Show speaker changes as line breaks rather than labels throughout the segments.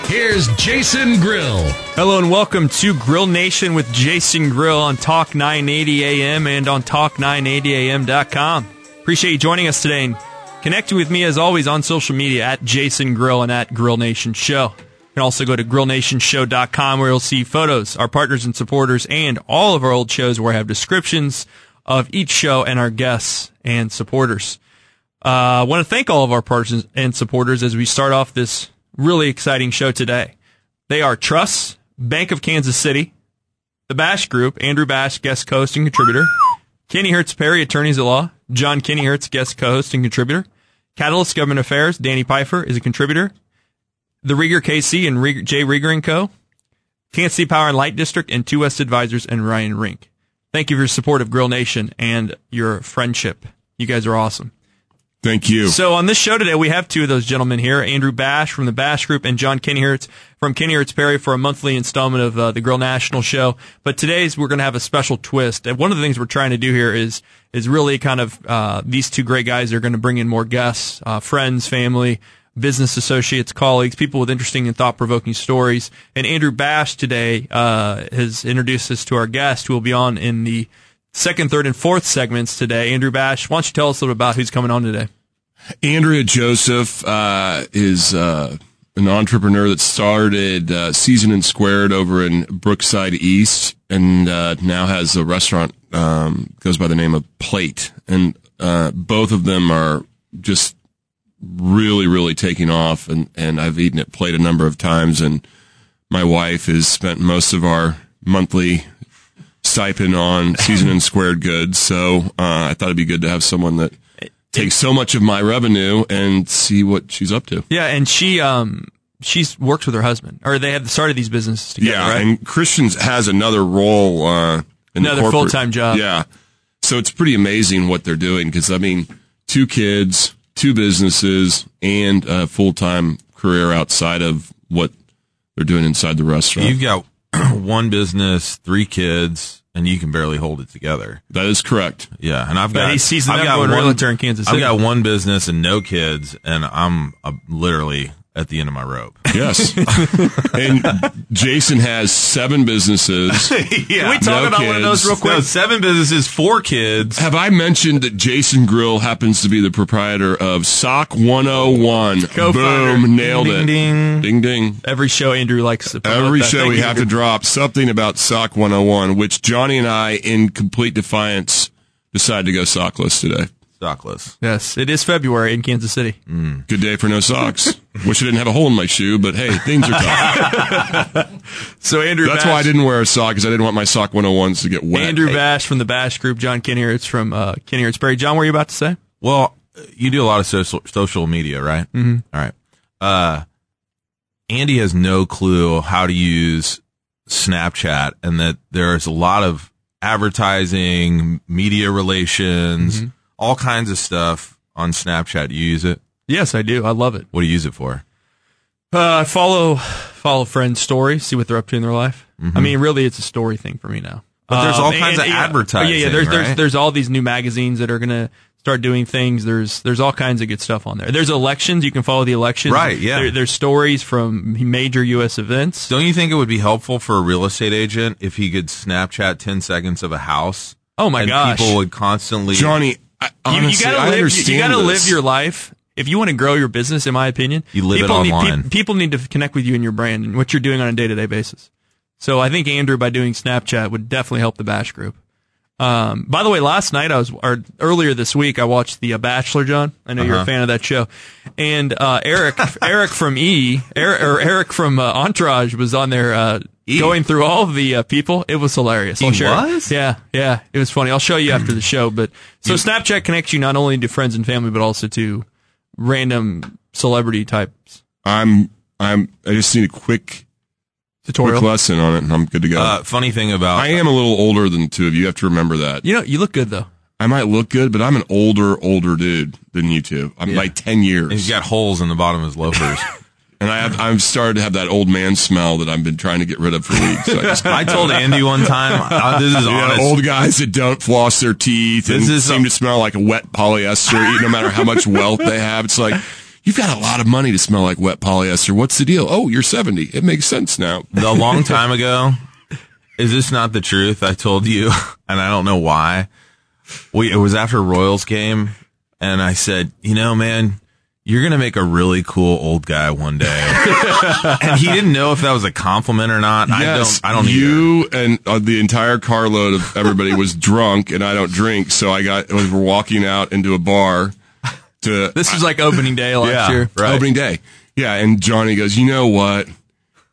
Here's Jason Grill.
Hello and welcome to Grill Nation with Jason Grill on Talk 980 AM and on Talk980AM.com. Appreciate you joining us today and connect with me as always on social media at Jason Grill and at Grill Nation Show. You can also go to grillnationshow.com where you'll see photos, our partners and supporters, and all of our old shows where I have descriptions of each show and our guests and supporters. I uh, want to thank all of our partners and supporters as we start off this really exciting show today. They are Truss, Bank of Kansas City, the Bash Group, Andrew Bash, guest co-host and contributor, Kenny Hertz Perry, attorneys at law, John Kenny Hertz, guest co-host and contributor, Catalyst Government Affairs, Danny Pfeiffer is a contributor, the Rieger KC and Rieger, Jay Rieger and Co., Kansas City Power and Light District, and Two West Advisors and Ryan Rink. Thank you for your support of Grill Nation and your friendship. You guys are awesome.
Thank you.
So on this show today, we have two of those gentlemen here, Andrew Bash from the Bash Group and John Kennyhertz from Kennyhertz Perry for a monthly installment of uh, the Grill National Show. But today's we're going to have a special twist. And one of the things we're trying to do here is is really kind of uh, these two great guys are going to bring in more guests, uh, friends, family, business associates, colleagues, people with interesting and thought provoking stories. And Andrew Bash today uh, has introduced us to our guest who will be on in the second, third, and fourth segments today. Andrew Bash, why don't you tell us a little about who's coming on today?
Andrea Joseph uh, is uh, an entrepreneur that started uh, Season and Squared over in Brookside East, and uh, now has a restaurant um, goes by the name of Plate, and uh, both of them are just really, really taking off. And and I've eaten at Plate a number of times, and my wife has spent most of our monthly stipend on Season and Squared goods, so uh, I thought it'd be good to have someone that take so much of my revenue and see what she's up to.
Yeah, and she um she's works with her husband, or they have started these businesses together.
Yeah,
right?
and Christian's has another role uh, in the
Another
corporate-
full-time job.
Yeah, so it's pretty amazing what they're doing because I mean, two kids, two businesses, and a full time career outside of what they're doing inside the restaurant.
You've got one business, three kids, and you can barely hold it together.
that is correct.
Yeah, and I've
But
got
he sees the
I've
number
got
one
one
realtor in Kansas City.
I've got one business and no kids, and I'm uh, literally at the end of my rope.
Yes, and Jason has seven businesses.
yeah,
we talk
no
about one of those
kids.
real quick?
seven businesses, four kids.
Have I mentioned that Jason Grill happens to be the proprietor of Sock 101?
Co-founder.
Boom, nailed
Ding,
it.
ding.
ding. ding.
Every show Andrew likes. To promote
Every
that.
show
Thank
we
you,
have
Andrew.
to drop something about Sock 101, which Johnny and I, in complete defiance, decide to go sockless today.
Stockless.
Yes, it is February in Kansas City.
Good day for no socks. Wish I didn't have a hole in my shoe, but hey, things are tough.
So Andrew,
That's
Bash,
why I didn't wear a sock, because I didn't want my Sock 101s to get wet.
Andrew Bash from the Bash Group, John Kinnear, from uh, Kinnear Perry. John, what were you about to say?
Well, you do a lot of social social media, right? Mm-hmm. right. Uh, Andy has no clue how to use Snapchat, and that there's a lot of advertising, media relations,
Mm-hmm.
all kinds of stuff on Snapchat. You use it?
Yes, I do. I love it.
What do you use it for?
Uh, follow follow friends' stories, see what they're up to in their life. I mean, really, it's a story thing for me now.
Mm-hmm.
Um,
But there's all kinds of
yeah.
advertising,
Yeah, yeah. There's there's
right?
there's all these new magazines that are gonna start doing things. There's there's all kinds of good stuff on there. There's elections. You can follow the elections.
Right, yeah.
There, there's stories from major U.S. events.
Don't you think it would be helpful for a real estate agent if he could Snapchat ten seconds of a house?
Oh my
and
gosh.
People would constantly
Johnny, I,
You-
honestly,
you gotta
I
live, you-
understand
You, gotta
this.
live your life. If you want to grow your business, in my opinion,
You live it
people need,
online.
pe- people need to connect with you and your brand and what you're doing on a day to day basis. So I think Andrew, by doing Snapchat, would definitely help the Bash Group. Um, by the way, last night I was, or earlier this week, I watched The Bachelor, John. I know you're a fan of that show. And, uh, Eric, Eric from E, Eric, or Eric from uh, Entourage was on there, uh, going through all the uh, people. It was hilarious. I'll
He
share it.
was?
Yeah, yeah. It was funny. I'll show you after the show. But so Snapchat connects you not only to friends and family, but also to random celebrity types.
I'm I'm I just need a quick quick
Tutorial.
lesson on it, and I'm good to go.
Uh, funny thing about
I am a little older than the two of you. You have to remember that.
You know, you look good though.
I might look good, but I'm an older, older dude than you two. I'm like ten
he's
years,
got holes in the bottom of his loafers.
and I have I've started to have that old man smell that I've been trying to get rid of for weeks. So I just,
I told Andy one time, uh, this is
You know,
honest.
old guys that don't floss their teeth and
This is
seem
some-
to smell like wet polyester, no matter how much wealth they have. It's like you've got a lot of money to smell like wet polyester. What's the deal? Oh, you're seventy. It makes sense now.
a long time ago. Is this not the truth? I told you, and I don't know why. We it was after a Royals game, and I said, you know, man, you're gonna make a really cool old guy one day. and he didn't know if that was a compliment or not. I don't. I don't either.
You and uh, the entire carload of everybody was drunk, and I don't drink, so I got. We were walking out into a bar to
This is like opening day last
Yeah,
year.
right.
opening day. Yeah, and Johnny goes, "You know what?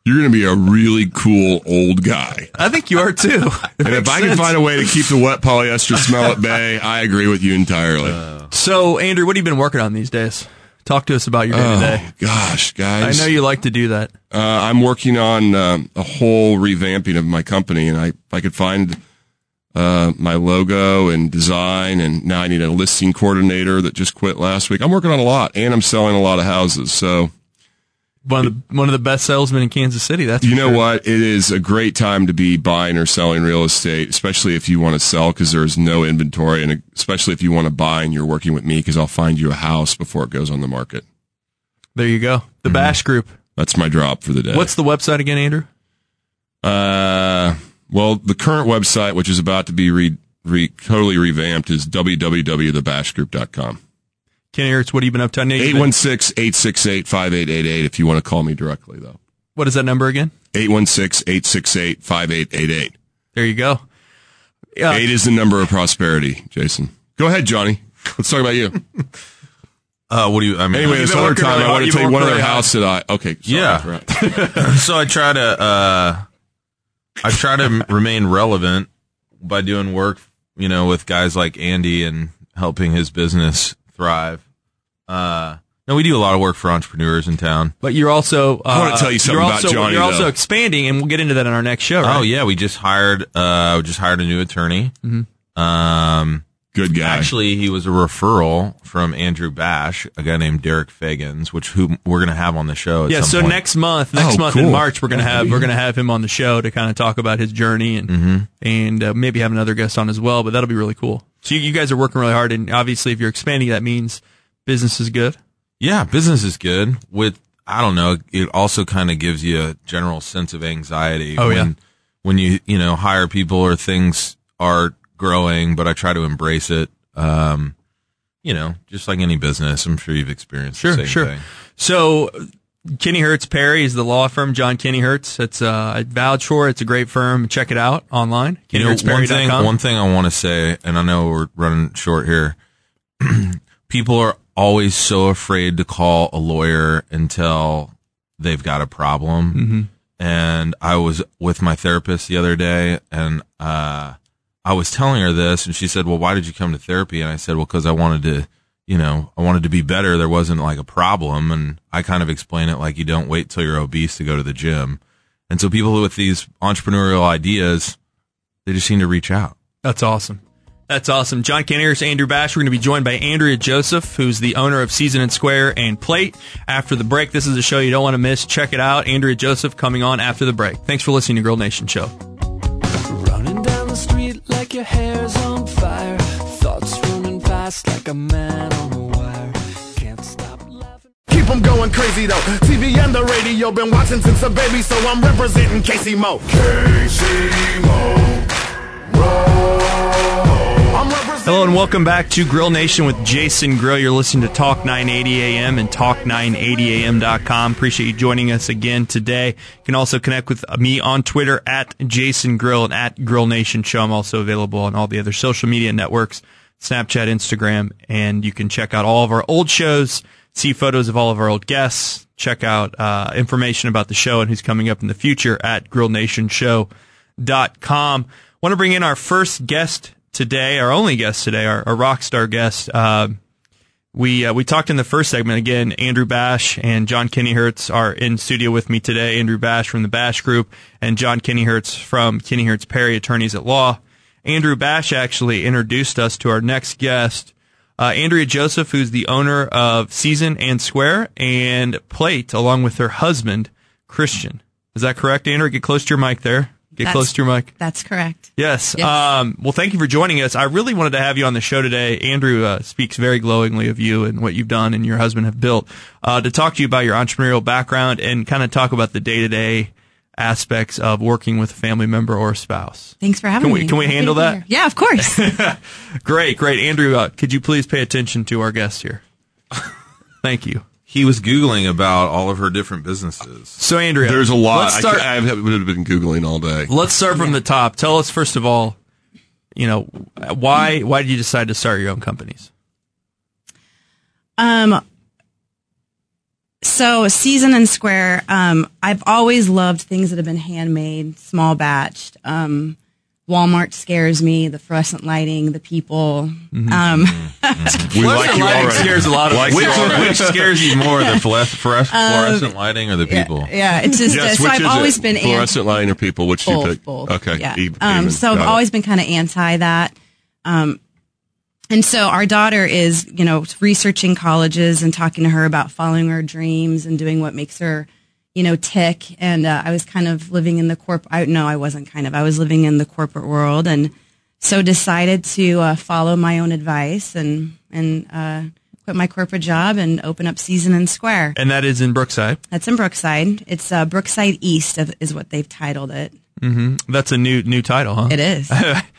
You're going to be a really cool old guy."
I think you are too.
And if I can find a way to keep the wet polyester smell at bay, I agree with you entirely.
Oh.
So, Andrew, what have you been working on these days? Talk to us about your day to day.
oh gosh,
I
guys!
know you like to do that.
Uh, I'm working on um, a whole revamping of my company, and I if I could find uh, my logo and design, and now I need a listing coordinator that just quit last week. I'm working on a lot, and I'm selling a lot of houses. So
One of the one of the best salesmen in Kansas City. That's
you
for
know
sure.
what? It is a great time to be buying or selling real estate, especially if you want to sell because there is no inventory, and especially if you want to buy and you're working with me because I'll find you a house before it goes on the market.
There you go.
Mm-hmm.
The Bash Group.
That's my drop for the day.
What's the website again, Andrew?
Uh, well, the current website, which is about to be re, re, totally revamped, is www.thebashgroup.com.
Kenny Ertz, what have you been up to? I know you've been-
816-868-5888 if you want to call me directly, though.
what is that number again?
816-868-5888.
There you go. Yeah.
Eight is the number of prosperity, Jason. Go ahead, Johnny. Let's talk about you.
Uh, what do you? I mean,
Anyway, this other
working
time,
really
I
hard.
want to
You've
tell you
been
one other
working really
house that I... Okay. sorry.
Yeah.
Right.
so I try to uh, I try to m- remain relevant by doing work, you know, with guys like Andy and helping his business thrive. Uh, no, we do a lot of work for entrepreneurs in town.
But you're also. Uh,
I wanna tell you something
you're
about
also,
Johnny,
You're also
though.
expanding, and we'll get into that in our next show. Right?
Oh yeah, we just hired uh, we just hired a new attorney. Um,
Good guy.
actually, he was a referral from Andrew Bash, a guy named Derek Fagans, which who we're gonna have on the show. At
Yeah,
some
so
point.
next month, next
Oh,
month in
cool.
March, we're gonna have we're gonna have him on the show to kind of talk about his journey and
Mm-hmm.
and uh, maybe have another guest on as well. But that'll be really cool. So you, you guys are working really hard, and obviously, if you're expanding, that means business is good.
Yeah, business is good. With I don't know, it also kind of gives you a general sense of anxiety.
Oh,
when,
yeah.
when you you know hire people or things are growing, but I try to embrace it. Um, you know, just like any business, I'm sure you've experienced. the
Sure,
same
sure.
Thing.
So, Kenny Hertz Perry is the law firm. John Kenny Hertz. It's uh, I vouch for it. It's a great firm. Check it out online.
You know, one thing,
KennyHertzPerry.com.
one thing I want to say, and I know we're running short here. People are always so afraid to call a lawyer until they've got a problem. And I was with my therapist the other day, and uh, I was telling her this, and she said, "Well, why did you come to therapy?" And I said, "Well, because I wanted to." You know, I wanted to be better. There wasn't like a problem. And I kind of explain it like you don't wait till you're obese to go to the gym. And so people with these entrepreneurial ideas, they just seem to reach out.
That's awesome. That's awesome. John Canaris, Andrew Bash. We're going to be joined by Andrea Joseph, who's the owner of Season and Square and Plate. After the break, this is a show you don't want to miss. Check it out. Andrea Joseph coming on after the break. Thanks for listening to Girl Nation Show.
Running down the street like your hair's on fire. Thoughts running fast like a man on a wire. Can't stop laughing.
Keep 'em going crazy though. TV and the radio been watching since a baby, so I'm representing Casey Mo. Casey Mo. I'm representing.
Hello and welcome back to Grill Nation with Jason Grill. You're listening to Talk 980 AM and Talk980AM.com. Appreciate you joining us again today. You can also connect with me on Twitter at Jason Grill and at Grill Nation Show. I'm also available on all the other social media networks, Snapchat, Instagram, and you can check out all of our old shows, see photos of all of our old guests, check out uh, information about the show and who's coming up in the future at Grill Nation Show com. Want to bring in our first guest today, our only guest today, our, our rock star guest. Uh, we uh, we talked in the first segment again. Andrew Bash and John Kenny Hertz are in studio with me today. Andrew Bash from the Bash Group and John Kenny Hertz from Kenny Hertz Perry Attorneys at Law. Andrew Bash actually introduced us to our next guest, uh, Andrea Joseph, who's the owner of Season and Square and Plate, along with her husband Christian. Is that correct, Andrew? Get close to your mic there. Get
That's-
close to your mic.
That's correct.
Yes.
Yes.
Um, well, thank you for joining us. I really wanted to have you on the show today. Andrew uh, speaks very glowingly of you and what you've done and your husband have built uh, to talk to you about your entrepreneurial background and kind of talk about the day to day aspects of working with a family member or a spouse.
Thanks for having
Can we-
me.
can we
Happy to
handle
be
that?
here. Yeah, of course.
Great, great. Andrew, uh, could you please pay attention to our guest here? thank you.
He was Googling about all of her different businesses.
So, Andrea,
There's a lot.
Let's
I,
start,
ca- I would have been Googling all day.
let's start from the top. Tell us, first of all, you know, why, why did you decide to start your own companies?
Um, so season and square. Um, I've always loved things that have been handmade, small batched. Um, Walmart scares me. The fluorescent lighting, the people. Um,
We like you
Lighting
already.
scares a lot of
Like
people.
Which, which scares you more, the fluores- fluores- fluorescent lighting or the people?
yeah, it's just uh,
Yes,
so
which
I've
is
always
it?
been anti
fluorescent line or people. Which do you
both,
pick?
both.
Okay.
yeah.
e-
um,
even.
so I've
Got it.
always been kind of anti that. Um, and so our daughter is, you know, researching colleges and talking to her about following her dreams and doing what makes her, you know, tick. And uh, I was kind of living in the corp. I no, I wasn't kind of. I was living in the corporate world, and so decided to uh, follow my own advice and and uh, quit my corporate job and open up Season and Square.
And that is in Brookside.
That's in Brookside. It's uh, Brookside East of- is what they've titled it.
That's a new new title, huh?
It is.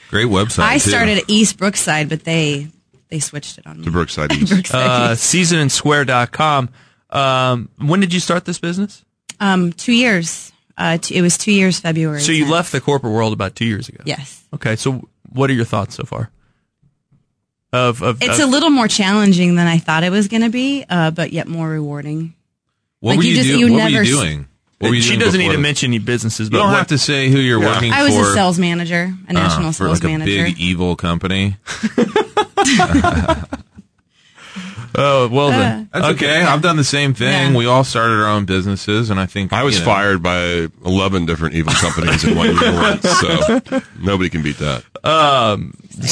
Great website.
I
too.
started at East Brookside, but they they switched it on
to
me.
Brookside East.
Uh, seasonandsquare.com. Um, when did you start this business?
Um, two years. Uh, t- it was two years February.
So you
10th.
left the corporate world about two years ago.
Yes,
Okay. So what are your thoughts so far? Of of
it's
of-
a little more challenging than I thought it was going to be, uh, but yet more rewarding.
What
Like,
were
you
you,
just-
doing?
you
what were you
never s-
doing? What were you
she
doing
doesn't need
before
to
this?
mention any businesses, but
You don't
what-
have to say who you're working
I was
for.
a sales manager, a national
uh, for
sales
like
manager.
a big evil company.
Oh well then.
That's okay. I've done the same thing.
Uh, Yeah.
We all started our own businesses, and I think
I was
you know,
fired by 11 different evil companies in one year once, so nobody can beat that.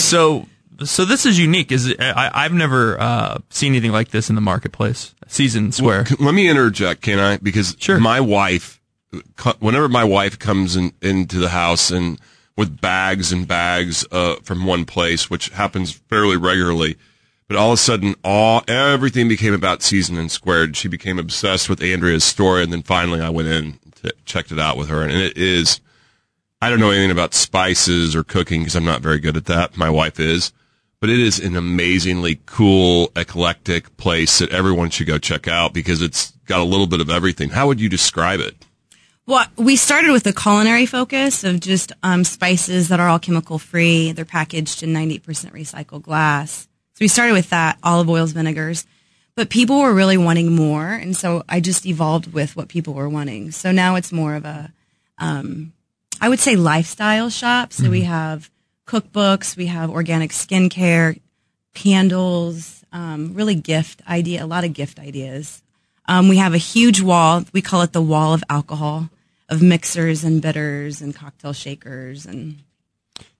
So so this is unique. Is it, I, I've never uh, seen anything like this in the marketplace. Season Square.
C- Let me interject, can I? Because
Sure.
my wife, cu- whenever my wife comes in, into the house and with bags and bags uh, from one place, which happens fairly regularly, but all of a sudden, all everything became about season and squared. She became obsessed with Andrea's story, and then finally, I went in to checked it out with her, and it is. I don't know anything about spices or cooking because I'm not very good at that. My wife is, but it is an amazingly cool, eclectic place that everyone should go check out because it's got a little bit of everything. How would you describe it?
Well, we started with a culinary focus of just um, spices that are all chemical free. They're packaged in 98% recycled glass. So we started with that, olive oils, vinegars. But people were really wanting more. And so I just evolved with what people were wanting. So now it's more of a, um, I would say lifestyle shop. So we have cookbooks, we have organic skincare, candles, um, really gift idea, a lot of gift ideas. Um, we have a huge wall. We call it the wall of alcohol, of mixers and bitters and cocktail shakers. And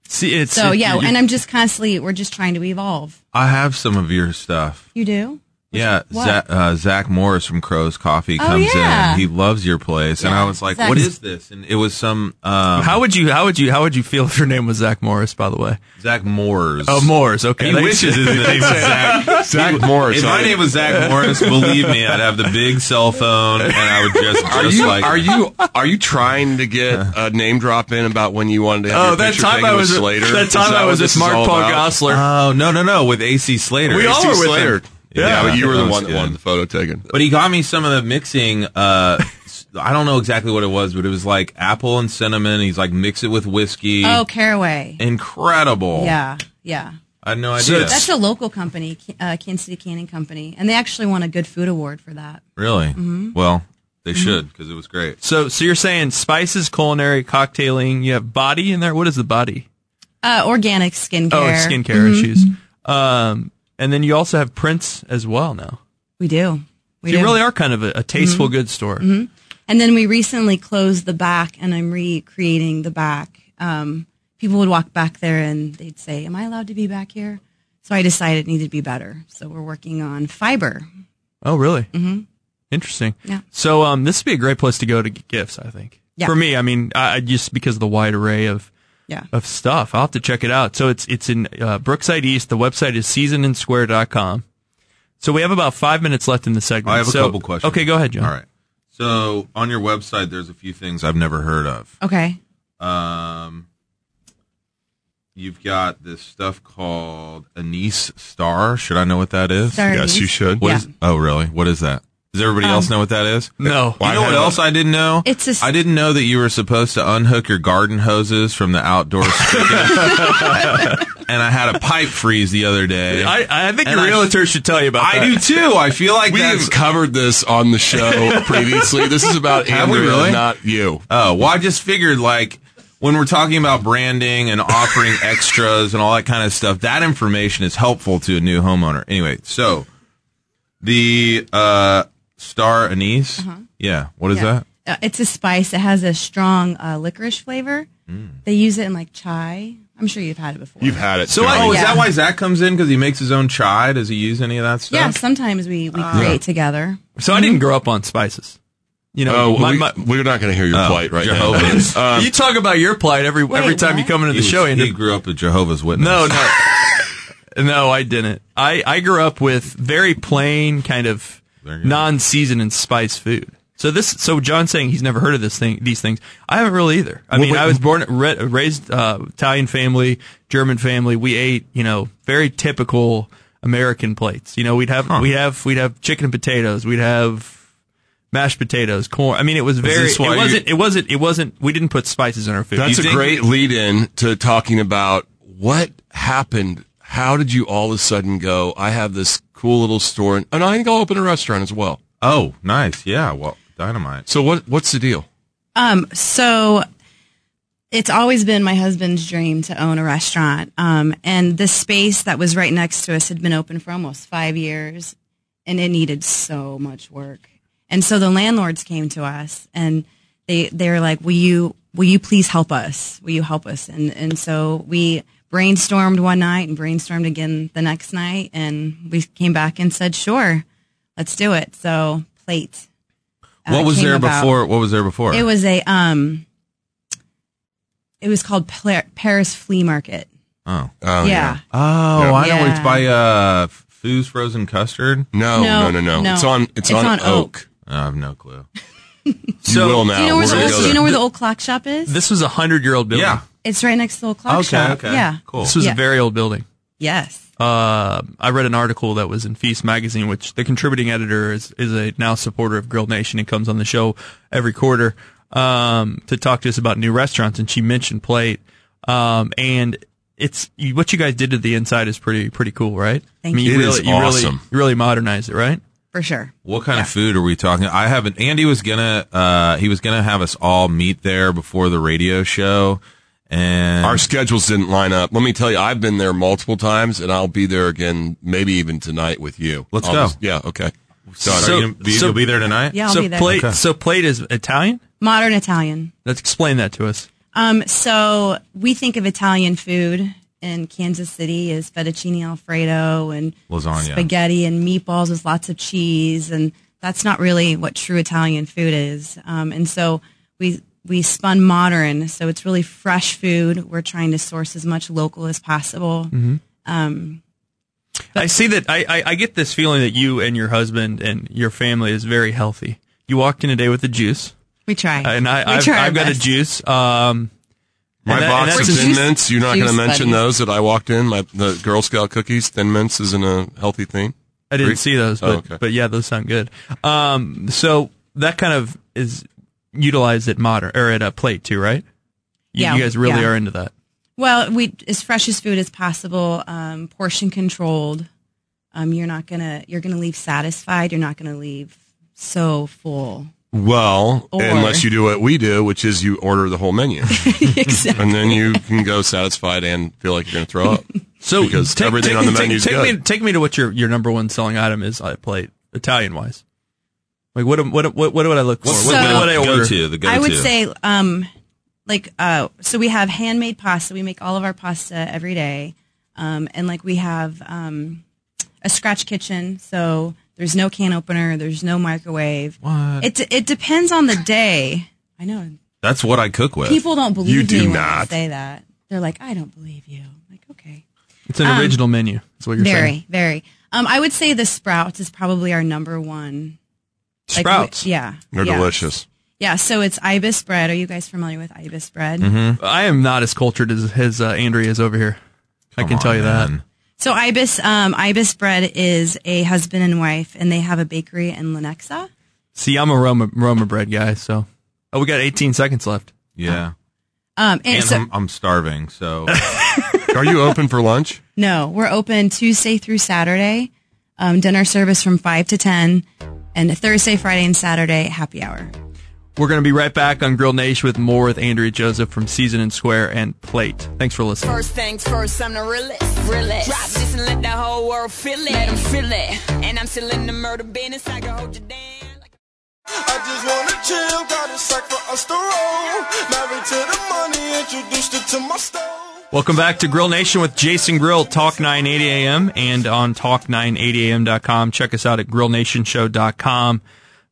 See, it's
so,
it-
yeah,
you-
and I'm just constantly, we're just trying to evolve.
I have some of your stuff.
You do? What
Yeah,
What?
Zach, uh, Zach Morris from Crow's Coffee
Oh,
comes
yeah.
in. He loves your place, and I was like,
Zach's-
"What is this?" And it was some um,
How would you? How would you? How would you feel if your name was Zach Morris? By the way,
Zach Moore's.
oh Morris. Okay,
He
Thanks.
wishes his name was Zach.
Zach Morris.
If my name was Zach Morris, believe me, I'd have the big cell phone, and I would just
Are
just
you
like
are you are you trying to get a name drop in about when you wanted to have
Uh. Oh,
your
that
picture
time
taken
I
with
was
Slater?
that
Is
time I
what
was
this
with
is
Mark
all
Paul
about?
Gosler.
Oh no no no! With AC Slater,
We all
AC
were with
Slater.
him.
Yeah, but you were
that
the
was
one that
good.
wanted the photo taken.
But he got me some of the mixing. Uh, s- I don't know exactly what it was, but it was like apple and cinnamon. He's like mix it with whiskey.
Mm.
Oh, Caraway.
Incredible.
Yeah, yeah.
I had no
So
idea.
That's a local company, K- uh, Kansas City Canning Company, and they actually won a Good Food Award for that.
really? Well, they should because it was great.
So, so you're saying spices, culinary, cocktailing. You have body in there. What is the body?
Uh, organic skincare. Mm-hmm.
Oh, it's skincare issues. Um, and then you also have prints as well now.
We do. We
you
do. Mm-hmm.
really are kind of a, a tasteful goods store.
And then we recently closed the back, and I'm recreating the back. Um, people would walk back there, and they'd say, "Am I allowed to be back here?" So I decided it needed to be better. So we're working on fiber.
Oh, really? Mm-hmm. Interesting.
Yeah.
So, um, this would be a great place to go to get gifts. I think.
Yeah.
For me, I mean, I, I- just because of the wide array of
Yeah.
of stuff. I'll have to check it out. So it's it's in uh, Brookside East. The website is seasonindsquare.com. So we have about five minutes left in the segment.
I have a
So-
couple questions.
Okay, go ahead, John.
All right. So on your website, there's a few things I've never heard of.
Okay.
Um, you've got this stuff called anise star. Should I know what that is?
Star Yes, anise. you
should. What
Yeah. Um,
is- Oh, really? What is that? Does everybody else know what that is?
No.
You know what else I didn't know?
It's a s-
I didn't know that you were supposed to unhook your garden hoses from the outdoor. spigot. and I had a pipe freeze the other day.
I, I think
And
your
I-
realtor should tell you about
I
that.
do too. I feel like
We
that's.
have covered this on the show previously. This is about
Have we
Andrea,
really?
not you.
Oh, well, I just figured like when we're talking about branding and offering extras and all that kind of stuff, that information is helpful to a new homeowner. Anyway, so the uh, star anise. Yeah. What is that?
Uh, it's a spice. It has a strong uh, licorice flavor. They use it in like chai. I'm sure you've had it before.
You've had it.
So,
Johnny.
oh, is that
Yeah.
why Zach comes in? Because he makes his own chai? Does he use any of that stuff?
yeah. Sometimes we we create together.
So I didn't grow up on spices. You know,
Oh,
my-
we,
my- Oh,
we're not going to hear your plight right
Jehovah's.
now. Um,
you talk about your plight every every time you
what?
come into the
He was-
show. Andrew.
He grew up a Jehovah's Witness.
No, no, no, I didn't. I I grew up with very plain kind of
There you go.
non-seasoned and spice food. So this, so John's saying he's never heard of this thing, these things. I haven't really either. I mean,
wait-
I was born re, raised uh, Italian family, German family. We ate, you know, very typical American plates. You know, we'd have we'd have we'd have chicken and potatoes. We'd have mashed potatoes, corn. I mean, it was very.
this
it
why you-
wasn't. It wasn't. It wasn't. We didn't put spices in our food.
That's
You
a
think-
great lead in to talking about what happened. How did you all of a sudden go? I have this cool little store, and, and I think I'll open a restaurant as well.
Oh, nice. Yeah. Well, dynamite.
So what? What's the deal?
Um, so it's always been my husband's dream to own a restaurant. Um, and the space that was right next to us had been open for almost five years and it needed so much work. And so the landlords came to us and they, they were like, will you, will you please help us? Will you help us? And, and so we brainstormed one night and brainstormed again the next night and we came back and said, sure, let's do it. So plate. uh,
what was
came
there
about.
before? What was there before?
It was a um. It was called Pla- Paris Flea Market.
Oh.
Oh,
yeah.
Oh, I know.
Yeah.
It's by uh, Foo's Frozen Custard.
No, no,
No,
no, no,
no.
It's on. It's,
It's
on,
on
Oak.
Oak.
I have no clue.
you will now.
Do you know
We're
where the
gonna go
old, Do you
there.
know where the old clock shop is?
This was a hundred-year-old building.
Yeah.
it's right next to the old clock shop. Yeah.
Cool.
This was
Yeah.
a very old building.
Yes.
uh, I read an article that was in Feast Magazine, which the contributing editor is, is a now supporter of Grilled Nation and comes on the show every quarter um, to talk to us about new restaurants. And she mentioned Plate, um, and it's you- what you guys did to the inside is pretty pretty cool, right? I
Thank
mean, you.
you. It
really,
is
you
awesome.
really you really modernized it, right?
For sure.
What kind of food are we talking? I haven't. Andy was gonna. Uh, he was gonna have us all meet there before the radio show, and
Our schedules didn't line up. Let me tell you, I've been there multiple times, and I'll be there again, maybe even tonight with you.
Let's
I'll
go.
yeah. Okay.
so, are
so-
you, gonna be-
so-
you'll be there tonight.
Yeah, I'll
so
be there.
Plate, so Plate is Italian.
Modern Italian.
Let's explain that to us.
Um, so we think of Italian food in Kansas City is fettuccine alfredo and
Lasagna.
spaghetti and meatballs with lots of cheese, and that's not really what true Italian food is. Um, and so we we spun modern, so it's really fresh food. We're trying to source as much local as possible.
Mm-hmm.
Um,
I see that. I, I, I get this feeling that you and your husband and your family is very healthy. You walked in today with a juice,
we try,
and
We
I, I've,
try our
I've got a
best.
juice. Um,
My
and that- and
box
that's
of
a-
thin
juice-
mints. You're not going to
juice
mention
buddies.
those that I walked in. My the Girl Scout cookies. Thin mints isn't a healthy thing.
I didn't see those, but
Oh, okay.
but yeah, those sound good. Um, so that kind of is utilized at modern or at a plate too, right? You,
Yeah,
you guys really
yeah.
are into that.
Well, we as fresh as food as possible, um, portion controlled. Um, you're not gonna you're gonna leave satisfied. You're not gonna leave so full.
Well,
Or-
unless you do what we do, which is you order the whole menu,
Exactly.
and then you can go satisfied and feel like you're going to throw up.
So
Because everything on
me-
the menu's
take,
good.
Me, take me to what your your number one selling item is on a plate, Italian wise. Like what am- what am- what what would I look for?
What's
what,
So-
what would I
go
order?
to the go
I would
to?
say, um, like, uh, so we have handmade pasta. We make all of our pasta every day, um, and like we have um, a scratch kitchen. So there's no can opener. There's no microwave.
What?
It it depends on the day. I know
That's what I cook with.
people don't believe
You do
me when I
not.
say that. They're like, I don't believe you. I'm like, okay.
It's an original menu. That's what you're
Um, Very,
saying.
very. Um, I would say the sprouts is probably our number one. like, we-
Sprouts.
yeah.
They're
yeah.
delicious.
Yeah. So it's ibis bread. Are you guys familiar with ibis bread?
I am not as cultured as his uh, Andrea is over here. I can tell you that.
So ibis, um, ibis bread is a husband and wife, and they have a bakery in Lenexa.
See, I'm a Roma Roma bread guy, so oh, we got 18 seconds left.
Yeah.
Um, and
And
so
I'm, I'm starving, so
Are you open for lunch?
no, we're open Tuesday through Saturday. Um, dinner service from five to ten, and Thursday, Friday, and Saturday happy hour.
We're going to be right back on Grill Nation with more with Andrea Joseph from Season and Square and Plate. Thanks for listening.
First things first, I'm the realest. realest. Drop this and let the whole world feel it. Let 'em feel it. And I'm still in the murder business. I can hold you down. Like-
I just wanna chill, got a sack for us to roll. Married to the money, introduced her to my stove.
Welcome back to Grill Nation with Jason Grill, Talk 980 AM and on talk980am.com. Check us out at grillnationshow.com.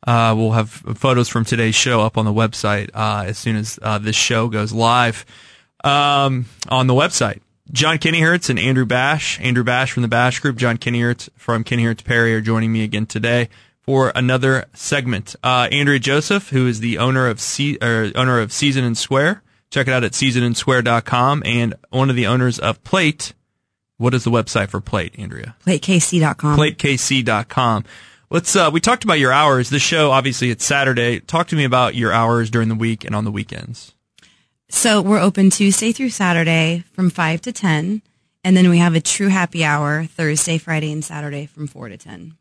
Uh, we'll have photos from today's show up on the website uh, as soon as uh, this show goes live um, on the website. John Kinneyhertz and Andrew Bash, Andrew Bash from the Bash Group, John Kinneyhertz from Kinneyhertz Perry are joining me again today for another segment. Uh, Andrea Joseph, who is the owner of Se- or owner of Season and Square, check it out at seasonandsquare.com and one of the owners of Plate. What is the website for Plate, Andrea?
PlateKC.com.
platekc.com. Let's uh we talked about your hours. This show obviously it's Saturday. Talk to me about your hours during the week and on the weekends.
So we're open Tuesday through Saturday from 5 to 10. And then we have a true happy hour Thursday, Friday, and Saturday from 4 to 10.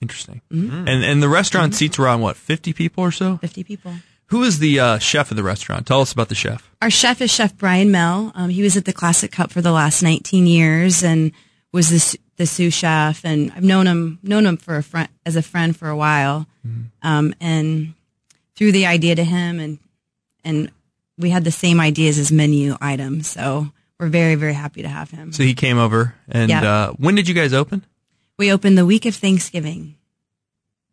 Interesting.
Mm-hmm.
And and the restaurant seats around what, 50 people or so?
50 people.
Who is the uh, chef of the restaurant? Tell us about the chef.
Our chef is Chef Brian Mell. Um, he was at the Classic Cup for the last 19 years and was the, s- the sous chef. And I've known him, known him for a friend, as a friend for a while. Um, and threw the idea to him and, and we had the same ideas as menu items. So we're very, very happy to have him.
So he came over and
Yeah.
uh when did you guys open?
we opened the week of Thanksgiving.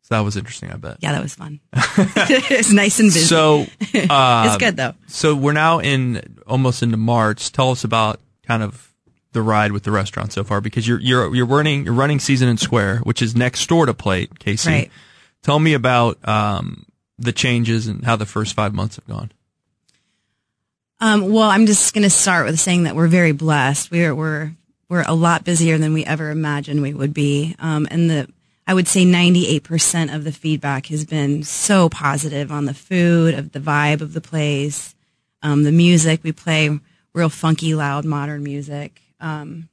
So that was interesting, I bet.
yeah, that was fun. it's nice and busy.
So uh
it's good though.
So we're now in almost into March. Tell us about kind of the ride with the restaurant so far because you're you're you're running you're running season in square, which is next door to plate, Casey.
Right.
Tell me about um, the changes and how the first five months have gone.
Um, well, I'm just going to start with saying that we're very blessed. We're we're we're a lot busier than we ever imagined we would be. Um, and the I would say 98% of the feedback has been so positive on the food, of the vibe of the place, um, the music. We play real funky, loud, modern music. Um,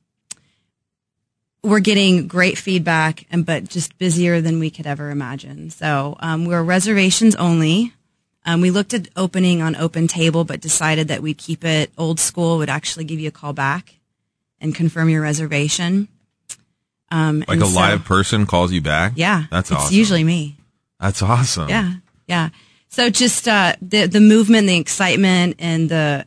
we're getting great feedback, and but just busier than we could ever imagine. So um, we're reservations only. Um, we looked at opening on Open Table, but decided that we'd keep it old school. Would actually give you a call back and confirm your reservation. Um,
like
and
a
so-
live person calls you back.
Yeah,
That's
it's
awesome.
usually me.
That's awesome.
Yeah, yeah. So just uh, the the movement, the excitement, and the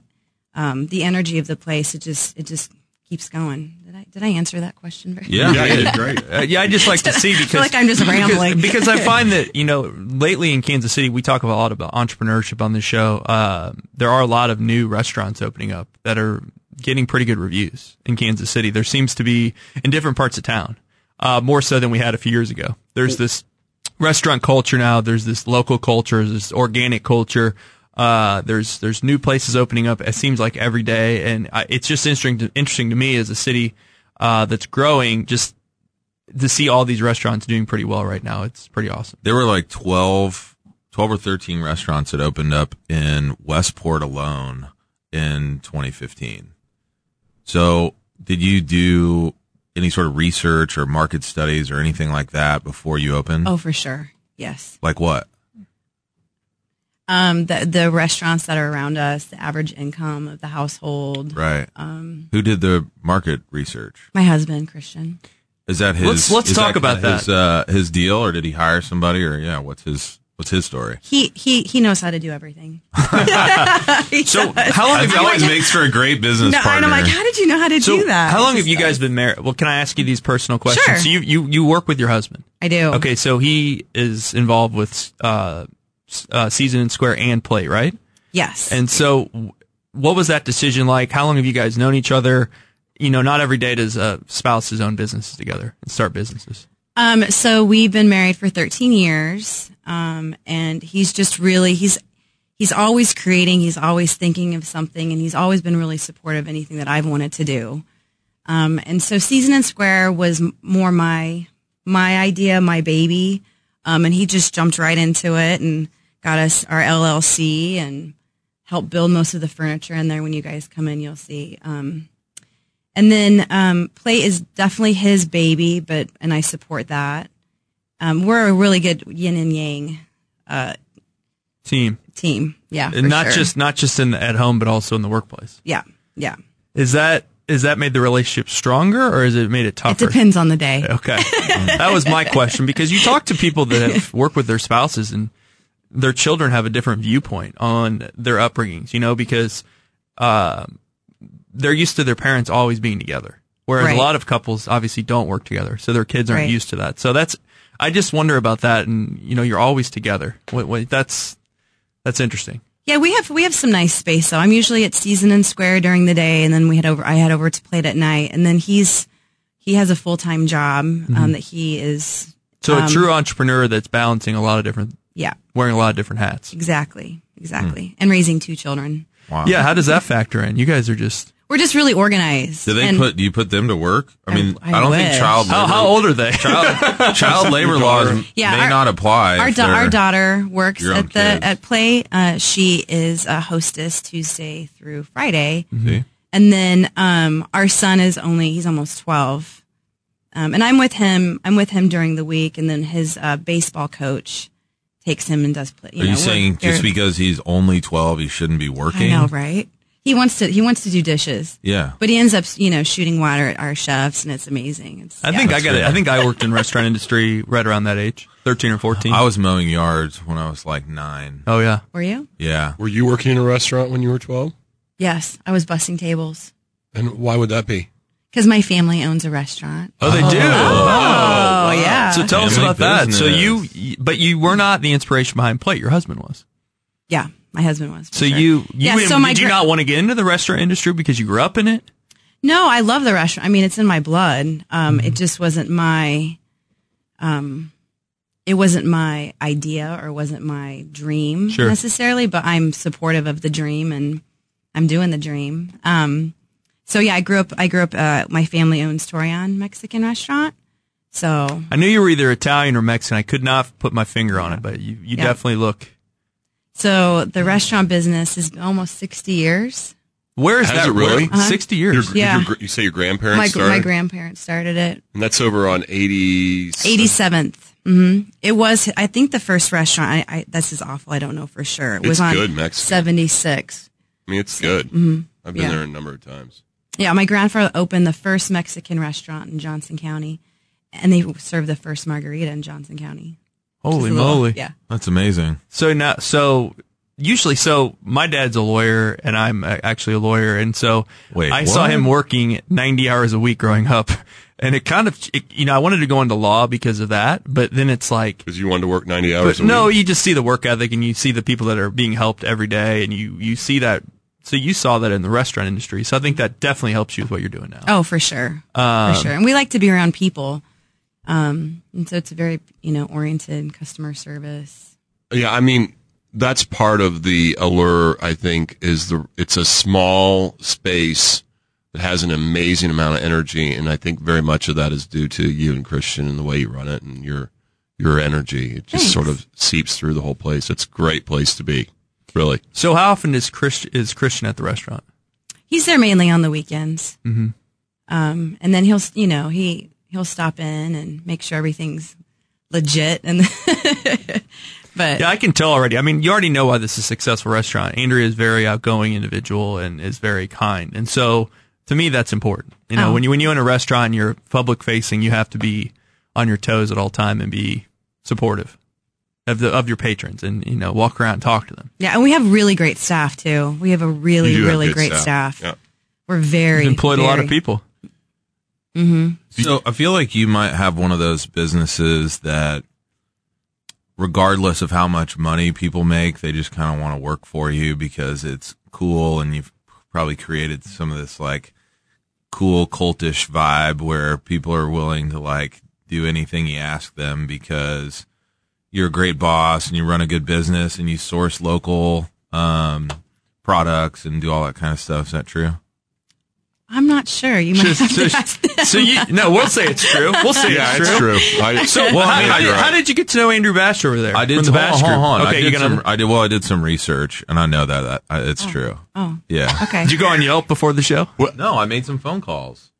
um, the energy of the place. It just it just keeps going. Did I did I answer that question? Very
Yeah. Yeah, you did
great.
Uh, yeah, I just like to see
I feel
because
like I'm just
because-
rambling.
because, I find that you know lately in Kansas City we talk a lot about entrepreneurship on this show. Uh, there are a lot of new restaurants opening up that are getting pretty good reviews in Kansas City. There seems to be in different parts of town uh, more so than we had a few years ago. There's this restaurant culture now. There's this local culture. There's this organic culture. Uh, there's there's new places opening up. It seems like every day, and I, it's just interesting to, interesting to me as a city uh, that's growing. Just to see all these restaurants doing pretty well right now. It's pretty awesome.
There were like 12, 12 or 13 restaurants that opened up in Westport alone in 2015. So, did you do any sort of research or market studies or anything like that before you opened?
Oh, for sure. Yes.
Like what?
Um, the the restaurants that are around us, the average income of the household.
Right.
Um,
Who did the market research?
my husband Christian.
Is that his?
Let's- let's
is
talk about
kinda his, Uh, his deal, or did he hire somebody, or yeah, what's his what's his story?
He he he knows how to do everything.
I
He does.
think
I'm
always
like-
makes for a great business
No, and
partner.
I'm like, how did you know how to
So,
do that?
how long have you guys been married? Well, can I ask you these personal questions?
Sure.
So you, you you work with your husband.
I do.
Okay, so he is involved with uh, s- uh, Season and Square and Play, right?
Yes.
And so, w- what was that decision like? How long have you guys known each other? You know, not every day does a spouse his own businesses together and start businesses.
Um, so we've been married for 13 years, um, and he's just really he's he's always creating, he's always thinking of something, and he's always been really supportive of anything that I've wanted to do. Um, and so Season and Square was m- more my my idea, my baby, um, and he just jumped right into it and got us our LLC and helped build most of the furniture in there. When you guys come in, you'll see. Um, and then um, play is definitely his baby, but and I support that. Um, we're a really good yin and yang uh,
Team,
team. Yeah, for
and not
sure.
just not just in the, at home, but also in the workplace.
yeah, yeah.
Is that is that made the relationship stronger, or has it made it
It
tougher?
depends on the day.
Okay. that was my question because you talk to people that have worked with their spouses and their children have a different viewpoint on their upbringings, you know, because uh, they're used to their parents always being together. Whereas
Right.
a lot of couples obviously don't work together. So their kids aren't
Right.
used to that. So that's, I just wonder about that. And, you know, you're always together. Wait, wait, that's, that's interesting.
Yeah, we have we have some nice space though. I'm usually at Season and Square during the day, and then we head over. I head over to Plate at night, and then he's he has a full time job um,
Mhm.
that he is.
So
um,
a true entrepreneur that's balancing a lot of different,
Yeah,
wearing a lot of different hats.
exactly, exactly. And raising two children,
Wow.
Yeah. How does that factor in? You guys are just,
we're just really organized.
Do they
and-
put? Do you put them to work? I mean, I,
I
don't
wish.
think child.
How-
labor,
how old are they?
Child, child labor laws
Yeah,
may
our-
not apply.
our,
if
da- our
they're-
daughter works
your own
at the
kids.
at play uh, she is a hostess tuesday through friday
Mm-hmm. See?
and then um, our son is only he's almost 12 um, and i'm with him i'm with him during the week and then his uh, baseball coach takes him and does play
Are you
know,
saying
we're-
just
they're-
because he's only twelve, he shouldn't be working?
i know right he wants to he wants to do dishes
Yeah.
but he ends up you know shooting water at our chefs and it's amazing it's
I
yeah.
think I got.
good.
it. I think I worked in restaurant industry right around that age, thirteen or fourteen.
I was mowing yards when I was like nine.
oh yeah,
were you
Yeah.
Were you working in a restaurant when you were 12?
yes i was bussing tables
And why would that be?
because my family owns a restaurant
oh they do.
oh, yeah
So tell us
Family
about that. So you,
business.
you- but you were not the inspiration behind plate. Your husband was.
Yeah, my husband was. for
So
sure.
you, you
Yeah,
didn't-
so my
did you
gra-
not want to get into the restaurant industry because you grew up in it?
No, I love the restaurant. I mean, it's in my blood. Um, It just wasn't my, um, it wasn't my idea or wasn't my dream
Sure.
necessarily. But I'm supportive of the dream and I'm doing the dream. Um, so yeah, I grew up. I grew up. Uh, my family owns Torian Mexican restaurant. So
I knew you were either Italian or Mexican. I could not put my finger on it, but you, you
Yeah.
definitely look.
so the restaurant business is almost sixty years.
Where is
Has
that
it really?
where- Sixty years.
Your,
Uh-huh. Yeah.
your gr- you say your grandparents
My
started?
my grandparents started it.
and that's over on 80.
87th. hmm It was, I think, the first restaurant. I, I this is awful. I don't know for sure. It
It's
was on
good Mexican.
76.
I mean, it's good. I've been
Yeah.
there a number of times.
Yeah, my grandfather opened the first Mexican restaurant in Johnson County, and they served the first margarita in Johnson County. Just
Holy
a little-
moly!
Yeah.
That's amazing.
So now, so usually, so my dad's a lawyer and I'm uh, actually a lawyer. And so
Wait,
I saw
what?
him working 90 hours a week growing up. And it kind of, it, you know, I wanted to go into law because of that, but then it's like,
Because you wanted to work 90
but
hours a
no,
week.
you just see the work ethic and you see the people that are being helped every day and you, you see that. So you saw that in the restaurant industry. So I think that definitely helps you with what you're doing now.
Oh, for sure.
Um,
for sure. And we like to be around people. Um, and so it's a very, you know, oriented customer service.
Yeah, I mean, that's part of the allure, I think, is the it's a small space that has an amazing amount of energy and I think very much of that is due to you and Christian and the way you run it and your your energy. It just
Thanks.
sort of seeps through the whole place. It's a great place to be. Really.
So how often is Christ, is Christian at the restaurant?
He's there mainly on the weekends.
Mm-hmm.
Um, and then he'll, you know, he, he'll stop in and make sure everything's legit. And, but
Yeah, I can tell already. I mean, you already know why this is a successful restaurant. Andrea is a very outgoing individual and is very kind. And so to me, that's important. You know,
Oh.
when you, when you own a restaurant and you're public facing, you have to be on your toes at all time and be supportive of the, of your patrons and, you know, walk around and talk to them.
yeah, and we have really great staff too. We have a really,
You do have
really
good
great
staff.
staff.
Yeah.
We're very,
You've employed a lot of
very-
people.
Mhm.
So I feel like you might have one of those businesses that, regardless of how much money people make, they just kind of want to work for you because it's cool and you've probably created some of this like cool cultish vibe where people are willing to like do anything you ask them because you're a great boss and you run a good business and you source local um, products and do all that kind of stuff. Is that true?
I'm not sure. You might have to
so-
ask them.
So you, no, we'll say it's true. We'll say
Yeah,
it's
it's
true.
true. I-
so
Well,
how,
I think
how did,
you're right.
how did you get to know Andrew Bash over there?
I did
from the
hold
Bash
on,
group.
hold on. I
Okay,
did
you're gonna.
some, I did well. I did some research, and I know that, that I, it's true.
Oh.
Yeah.
Okay.
Did you go on Yelp before the show?
No, I made some phone calls.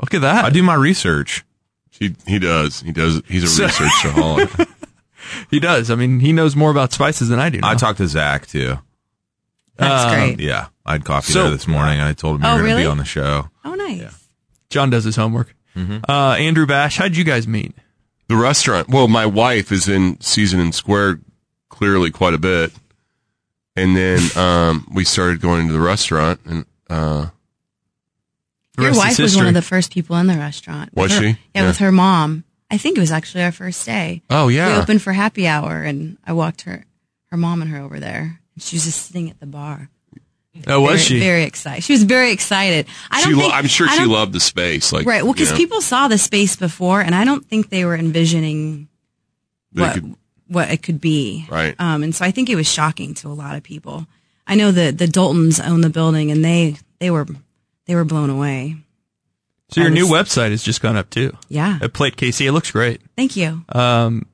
Look at that.
I do my research.
He he does. He does he's a
So-
researchaholic.
He does. I mean, he knows more about spices than I do.
I talked to Zach too.
That's
Um,
great.
Yeah, I had coffee
So-
there this morning, and I told him you
Oh,
were going to be
really?
on the show.
Oh, nice.
John does his homework. Uh, Andrew Bash, how'd you guys meet?
the restaurant. Well, my wife is in Season and Square clearly quite a bit, and then um, we started going to the restaurant. And uh,
The
Your
rest is
wife was one
history.
of the first people in the restaurant.
Was
With her-
she?
Yeah,
Yeah.
with her mom. I think it was actually our first day.
oh
We
yeah,
opened for happy hour, and I walked her, her mom and her over there. And she was just sitting at the bar.
Oh, was
very,
she?
very excited? She was very excited. I don't
she. Lo-
think,
I'm sure
I
she
don't-
loved the space. Like
right. Well, because
you know,
people saw the space before, and I don't think they were envisioning
they
what
could-
what it could be.
Right.
Um, and so I think it was shocking to a lot of people. I know the the Daltons own the building, and they they were they were blown away.
So your new website has just gone up too.
Yeah.
At Plate KC, it looks great.
Thank you.
Um,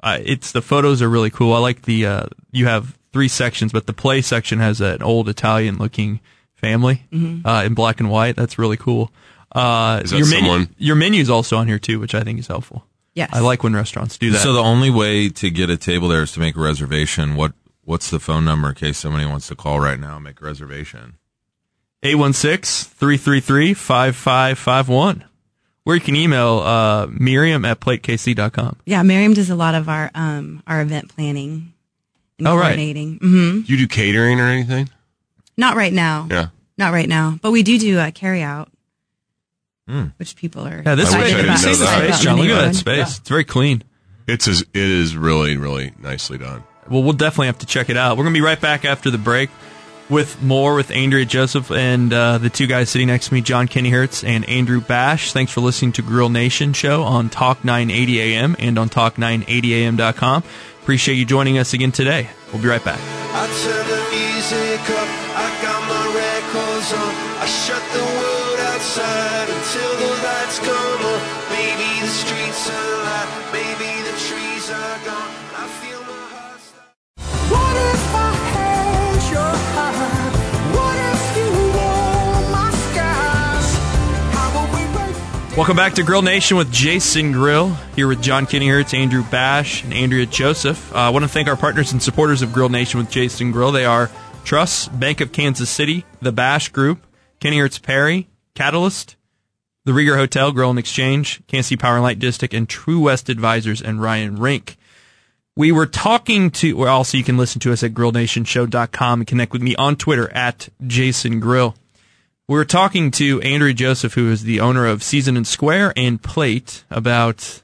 I, it's the photos are really cool. I like the uh, you have three sections, but the play section has an old Italian looking family uh, in black and white. That's really cool. Uh,
Is that
your
someone?
your menu's also on here too, which I think is helpful.
Yes.
I like when restaurants do that.
So the only way to get a table there is to make a reservation. What What's the phone number in case somebody wants to call right now and make a reservation?
816-333-5551. Or you can email uh, Miriam at platekc.com.
Yeah, Miriam does a lot of our um our event planning and
Oh, right.
coordinating. hmm
you do catering or anything?
Not right now.
Mm-hmm.
Yeah.
Not right now. But we do do uh, carry out,
Hmm.
which people are.
Yeah, this
I wish
space,
I didn't know
this
that.
space, John. Look at that space. It's very clean.
It's as, it is really really nicely done.
Well, we'll definitely have to check it out. We're going to be right back after the break with more with Andrea Joseph and uh, the two guys sitting next to me, John Kenny Hertz and Andrew Bash. Thanks for listening to Grill Nation show on Talk 980 AM and on Talk980AM.com. Appreciate you joining us again today. We'll be right back.
I turn the music up, I got my records on. I shut the world outside until the lights come on. Maybe the streets are alive, maybe the trees are gone. I feel my heart stop. What if I held your heart? What if you wore my scars? How will we break?
Welcome back to Grill Nation with Jason Grill, here with John Kinnehertz, Andrew Bash, and Andrea Joseph. Uh, I want to thank our partners and supporters of Grill Nation with Jason Grill. They are Truss, Bank of Kansas City, The Bash Group, Kinnehertz Perry, Catalyst, The Rieger Hotel, Grill and Exchange, Kansas City Power and Light District, and True West Advisors and Ryan Rink. We were talking to, well, also you can listen to us at grillnationshow.com and connect with me on Twitter at Jason Grill. We were talking to Andrew Joseph, who is the owner of Season and Square and Plate, about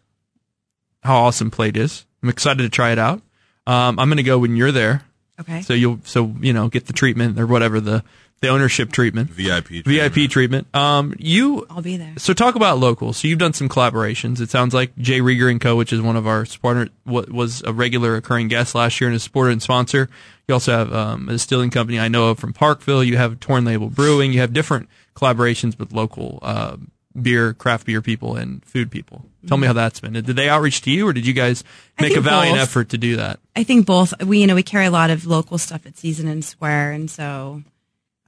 how awesome Plate is. I'm excited to try it out. Um, I'm going to go when you're there.
Okay.
So you'll, so, you know, get the treatment or whatever the, the ownership treatment.
VIP treatment.
VIP treatment. Um, you.
I'll be there.
So talk about local. So you've done some collaborations. It sounds like Jay Rieger and Co., which is one of our supporter, what was a regular occurring guest last year and a supporter and sponsor. You also have um, a distilling company I know of from Parkville. You have Torn Label Brewing. You have different collaborations with local uh, beer, craft beer people, and food people. Tell me how that's been. Did they outreach to you, or did you guys
I
make a
think
valiant
both.
effort to do that?
I think both. We you know we carry a lot of local stuff at Season and Square, and so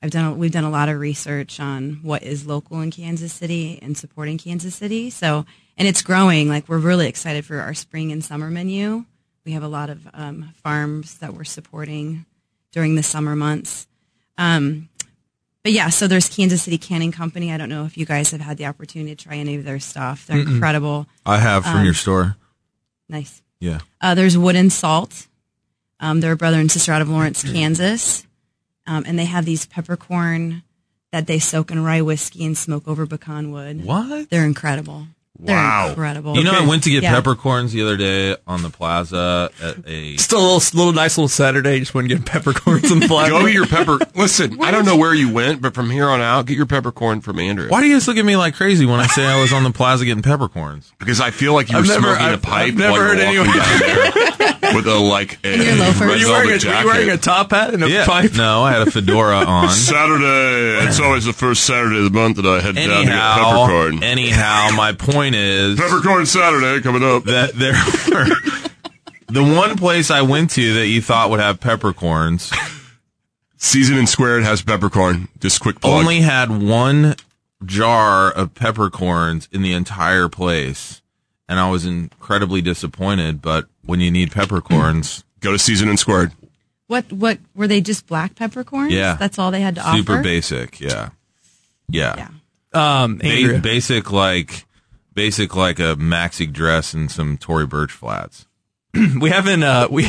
I've done a, we've done a lot of research on what is local in Kansas City and supporting Kansas City. So and it's growing. Like we're really excited for our spring and summer menu. We have a lot of um, farms that we're supporting during the summer months. Um, but yeah, so there's Kansas City Canning Company. I don't know if you guys have had the opportunity to try any of their stuff. They're
Mm-mm.
incredible.
I have from
Um,
your store.
Nice.
Yeah.
Uh, there's Wood and Salt. Um, they're a brother and sister out of Lawrence, Kansas. Um, and they have these peppercorn that they soak in rye whiskey and smoke over pecan wood.
What?
They're incredible. They're incredible.
You know, I went to get
Yeah.
peppercorns the other day on the plaza at a.
Just a little, little nice little Saturday. Just went and get peppercorns and flat.
Go to your pepper. Listen, I don't know where you went, but from here on out, get your peppercorn from Andrew.
Why do you guys look at me like crazy when I say I was on the plaza getting peppercorns?
Because I feel like you
I've
were
never-
smoking a
I've-
pipe.
I've never
while
heard
you were walking down there with a like a
your loafers.
red
Were
wearing a-
velvet
you
were you
jacket.
wearing a top hat and a
yeah.
pipe?
No, I had a fedora on.
Saturday. It's always the first Saturday of the month that I head down to get
anyhow,
peppercorn.
anyhow, my point is
Peppercorn Saturday coming up.
that there were the one place I went to that you thought would have peppercorns
Season and Squared has peppercorn. Just quick plug.
only had one jar of peppercorns in the entire place, and I was incredibly disappointed. But when you need peppercorns,
Go to Season and Squared.
What, what, were they just black peppercorns?
Yeah.
That's all they had to
super
offer?
basic, yeah, yeah.
Yeah.
Um,
Ba-
Andrea.
basic like basic like a maxi dress and some Tory Birch flats.
we haven't uh, we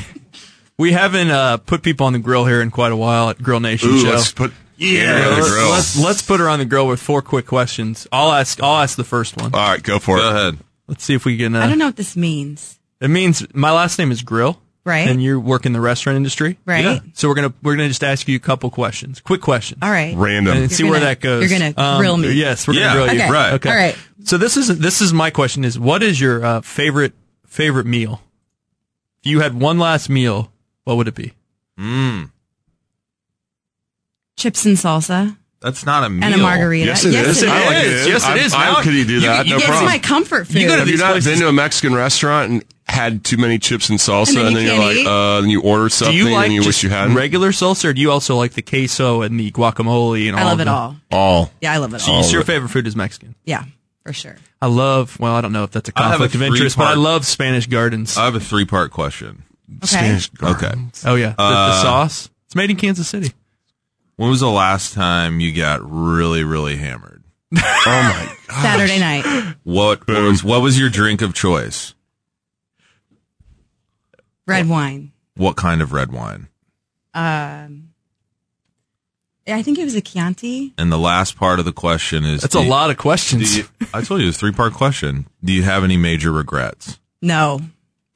we haven't uh, put people on the grill here in quite a while at Grill Nation
Ooh,
show.
let's put yeah,
Yeah,
on the
let's,
grill.
let's let's put her on the grill with four quick questions. I'll ask I'll ask the first one.
All right, go for
Go
it.
ahead.
Let's see if we can. Uh,
I don't know what this means.
It means my last name is Grill,
Right.
And you work in the restaurant industry,
Right. Yeah.
So we're gonna we're gonna just ask you a couple questions, quick questions,
All right.
Random.
and see
You're
where
gonna-
that goes. Um,
you're gonna grill me.
Yes, we're gonna
Yeah.
grill you.
Okay.
Right.
Okay.
All right.
So this is this is my question: is what is your uh, favorite favorite meal? If you had one last meal, what would it be?
Chips and salsa
That's not a meal.
and a margarita.
Yes, it is. I like it.
Yes, it
I'm-
is.
How
Now-
could you do
you-
that?
you
no
It's
problem.
my comfort food.
You gotta
Have
these
you not
places-
been to a Mexican restaurant and had too many chips and salsa, and then,
And then you
you're
can't
like,
eat?
uh, then you order
Do
something
you like
and you
just
wish you hadn't?
regular salsa, or do you also like the queso and the Oh, guacamole and all?
I love
of
it
them?
all.
all.
Yeah, I love it
So
all.
you- so your favorite food is Mexican.
Yeah, for sure.
I love. Well, I don't know if that's a
I have a
conflict of interest, but I
three-part-
love Spanish Gardens.
Uh,
I have a three part question.
Okay.
Okay.
oh yeah, the, the
uh,
sauce. It's made in Kansas City.
When was the last time you got really, really hammered?
Oh my god.
Saturday night.
What
Boom.
was what was your drink of choice?
Red wine.
What kind of red wine?
Um, I think it was a Chianti.
And the last part of the question is
That's
do
a
you-
lot of
do
questions.
you- I told you it's three part question. Do you have any major regrets?
No.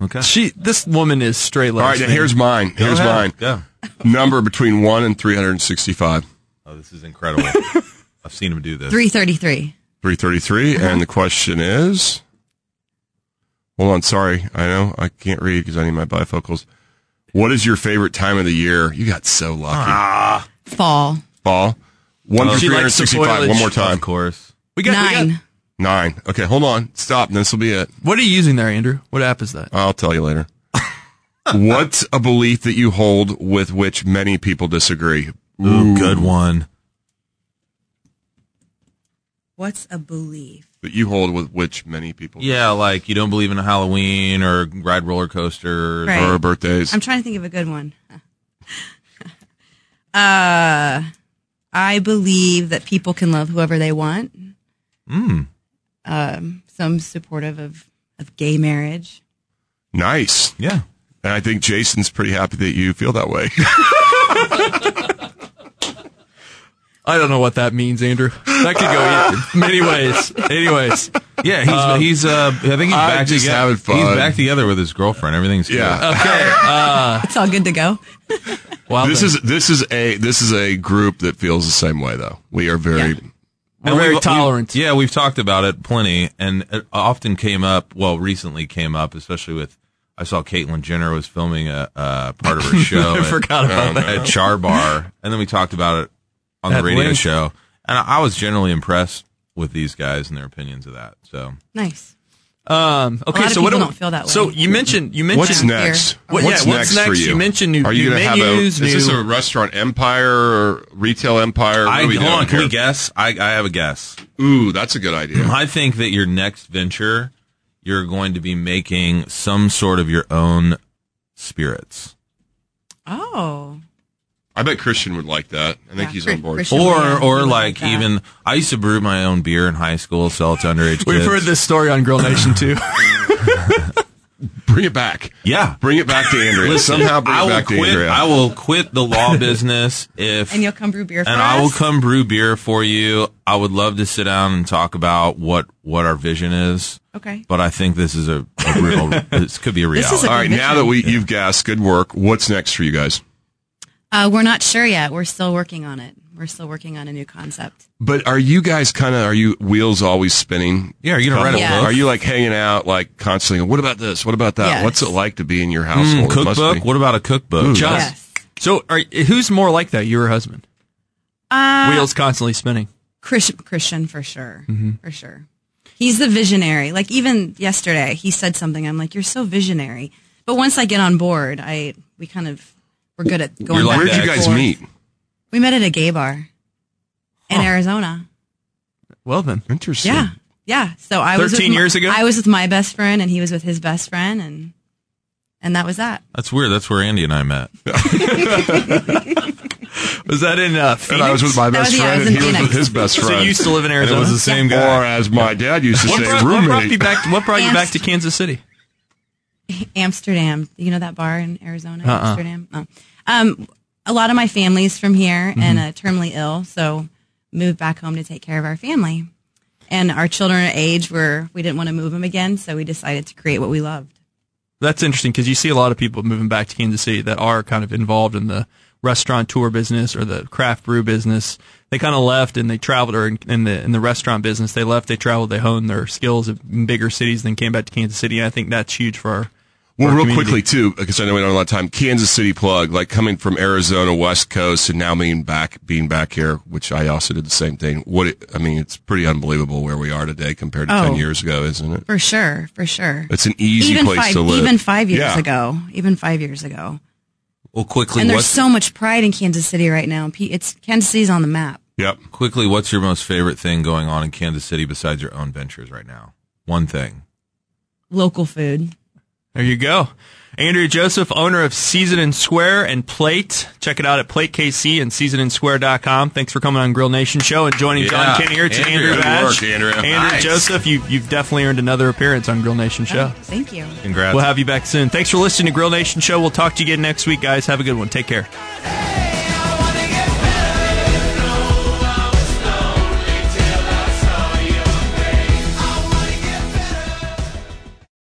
Okay.
She, this woman is straight.
All right, now here's mine. Here's mine.
Yeah.
Number between one and three hundred and sixty-five.
Oh, this is incredible. I've seen him do this.
333.
Three thirty-three, and the question is. Hold on, sorry. I know I can't read because I need my bifocals. What is your favorite time of the year? You got so lucky.
Fall.
Fall. One
Oh,
for
Ah. she
three hundred
likes the
sixty-five. One
foliage.
more time.
Of course.
we got, we got-
Nine.
Nine. Okay, hold on. Stop. This will be it.
what are you using there, Andrew? What app is that?
I'll tell you later. What's a belief that you hold with which many people disagree?
Ooh, good one.
What's a belief?
That you hold with which many people
Yeah, like you don't believe in Halloween or ride roller coasters.
Right.
or our birthdays.
I'm trying to think of a good one. uh, I believe that people can love whoever they want. Mm.
Hmm.
Um, so I'm supportive of, of gay marriage.
nice.
Yeah.
And I think Jason's pretty happy that you feel that way.
I don't know what that means, Andrew. That could go e- many ways. Anyways,
Yeah, he's
Um,
he's uh I think he's
I'm
back
just
together.
having fun.
He's back together with his girlfriend. Everything's
Yeah.
good.
okay. Uh,
It's all good to go.
well,
this
then.
is this is a this is a group that feels the same way though. We are very
We're very
we've-
tolerant.
we- yeah, we've talked about it plenty, and it often came up. Well, recently came up, especially with I saw Caitlyn Jenner was filming a uh, part of her show.
I forgot about
um,
that.
at Char Bar, and then we talked about it on
At
the radio
length.
show, and I, I was generally impressed with these guys and their opinions of that. So
Nice.
Um, okay,
lot of
so what
people
do-
don't feel that way.
So you mentioned you mentioned
What's next?
Well, yeah,
what's
what's
next, for
next?
you?
You mentioned new-
Are you
new
gonna
menus,
Have a, Is this
new-
a restaurant empire or retail empire? What
I
are we
hold on.
doing
Can we
here?
guess? I I have a guess.
Ooh, that's a good idea.
I think that your next venture, you're going to be making some sort of your own spirits.
Oh,
I bet Christian would like that. I think
Yeah,
he's
Chris-
on board.
Christian.
Or,
Yeah,
or
something
like
like that.
even I used to brew my own beer in high school, sell it to underage
We've
kids.
heard this story on Girl Nation too.
Bring it back.
Yeah,
Bring it back to Andrea. Somehow bring
I
it
will
back to
quit.
Andrea.
I will quit the law business if
and you'll come brew beer for
and
us.
I will come brew beer for you. I would love to sit down and talk about what what our vision is,
Okay.
but I think this is a, a real. this could be a
This
reality.
is a
All right,
good
now that we
vision.
you've guessed, good work. What's next for you guys?
Uh, we're not sure yet. We're still working on it. We're still working on a new concept.
But are you guys kind of are you wheels always spinning?
yeah, are you gonna write a
Yeah.
book?
Are you like hanging out like constantly? What about this? What about that?
Yes.
What's it like to be in your
Mm,
household? It must
cookbook?
be-
What about a cookbook?
Ooh.
Josh,
Yes.
so are, who's more like that? You or husband?
Uh,
Wheels constantly spinning.
Christian, Christian for sure, for sure. He's the visionary. Like even yesterday, he said something. I'm like, you're so visionary. But once I get on board, I we kind of we're good at going.
You're like
back
Where'd
that.
and
you guys
forth.
meet?
We met at a gay bar in Arizona.
Well then,
Interesting.
Yeah, yeah. So I was with
13
my-
years ago?
I was with my best friend, and he was with his best friend, and and that was that.
That's weird. That's where Andy and I met.
was that in uh, Phoenix?
And I was with my
That
best
was- yeah, I
friend, and
was in
he was with
Phoenix.
his best
so
friend.
you used to live in
and it
Arizona.
was the same guy, or as my dad used to
what,
say,
brought, what
roommate.
brought you back? What brought you
Yes.
back to Kansas City?
Amsterdam. You know that bar in Arizona,
Uh-uh.
Amsterdam. Oh. Um, a lot of my family's from here
Mm-hmm.
and uh, terminally ill, so moved back home to take care of our family. And our children are age where we didn't want to move them again, so we decided to create what we loved.
That's interesting because you see a lot of people moving back to Kansas City that are kind of involved in the restaurant tour business or the craft brew business. They kind of left and they traveled, or in, in the in the restaurant business, they left, they traveled, they honed their skills in bigger cities, then came back to Kansas City. And I think that's huge for our.
Well,
our
real
community.
quickly too, because I know we don't have a lot of time. Kansas City plug, like coming from Arizona West Coast, and now being back, being back here, which I also did the same thing. What it, I mean, it's pretty unbelievable where we are today compared to ten
Oh.
years ago, isn't it?
For sure, for sure.
It's an easy
even
place
five,
to live.
even five years
Yeah.
ago, even five years ago.
Well, quickly,
And there's
what's,
so much pride in Kansas City right now. P- It's Kansas City's on the map.
Yep.
quickly, what's your most favorite thing going on in Kansas City besides your own ventures right now? One thing.
Local food.
There you go. Andrew Joseph, owner of Season and Square and Plate. Check it out at Plate KC and seasonandsquare.com. Thanks for coming on Grill Nation Show and joining John
Yeah.
Kenny here. It's
Andrew,
Andrew,
good
Bash.
work, Andrew. Nice.
Joseph, you, you've definitely earned another appearance on Grill Nation Show.
Oh, thank you.
Congrats.
We'll have you back soon. Thanks for listening to Grill Nation Show. We'll talk to you again next week, guys. Have a good one. Take care.
Hey,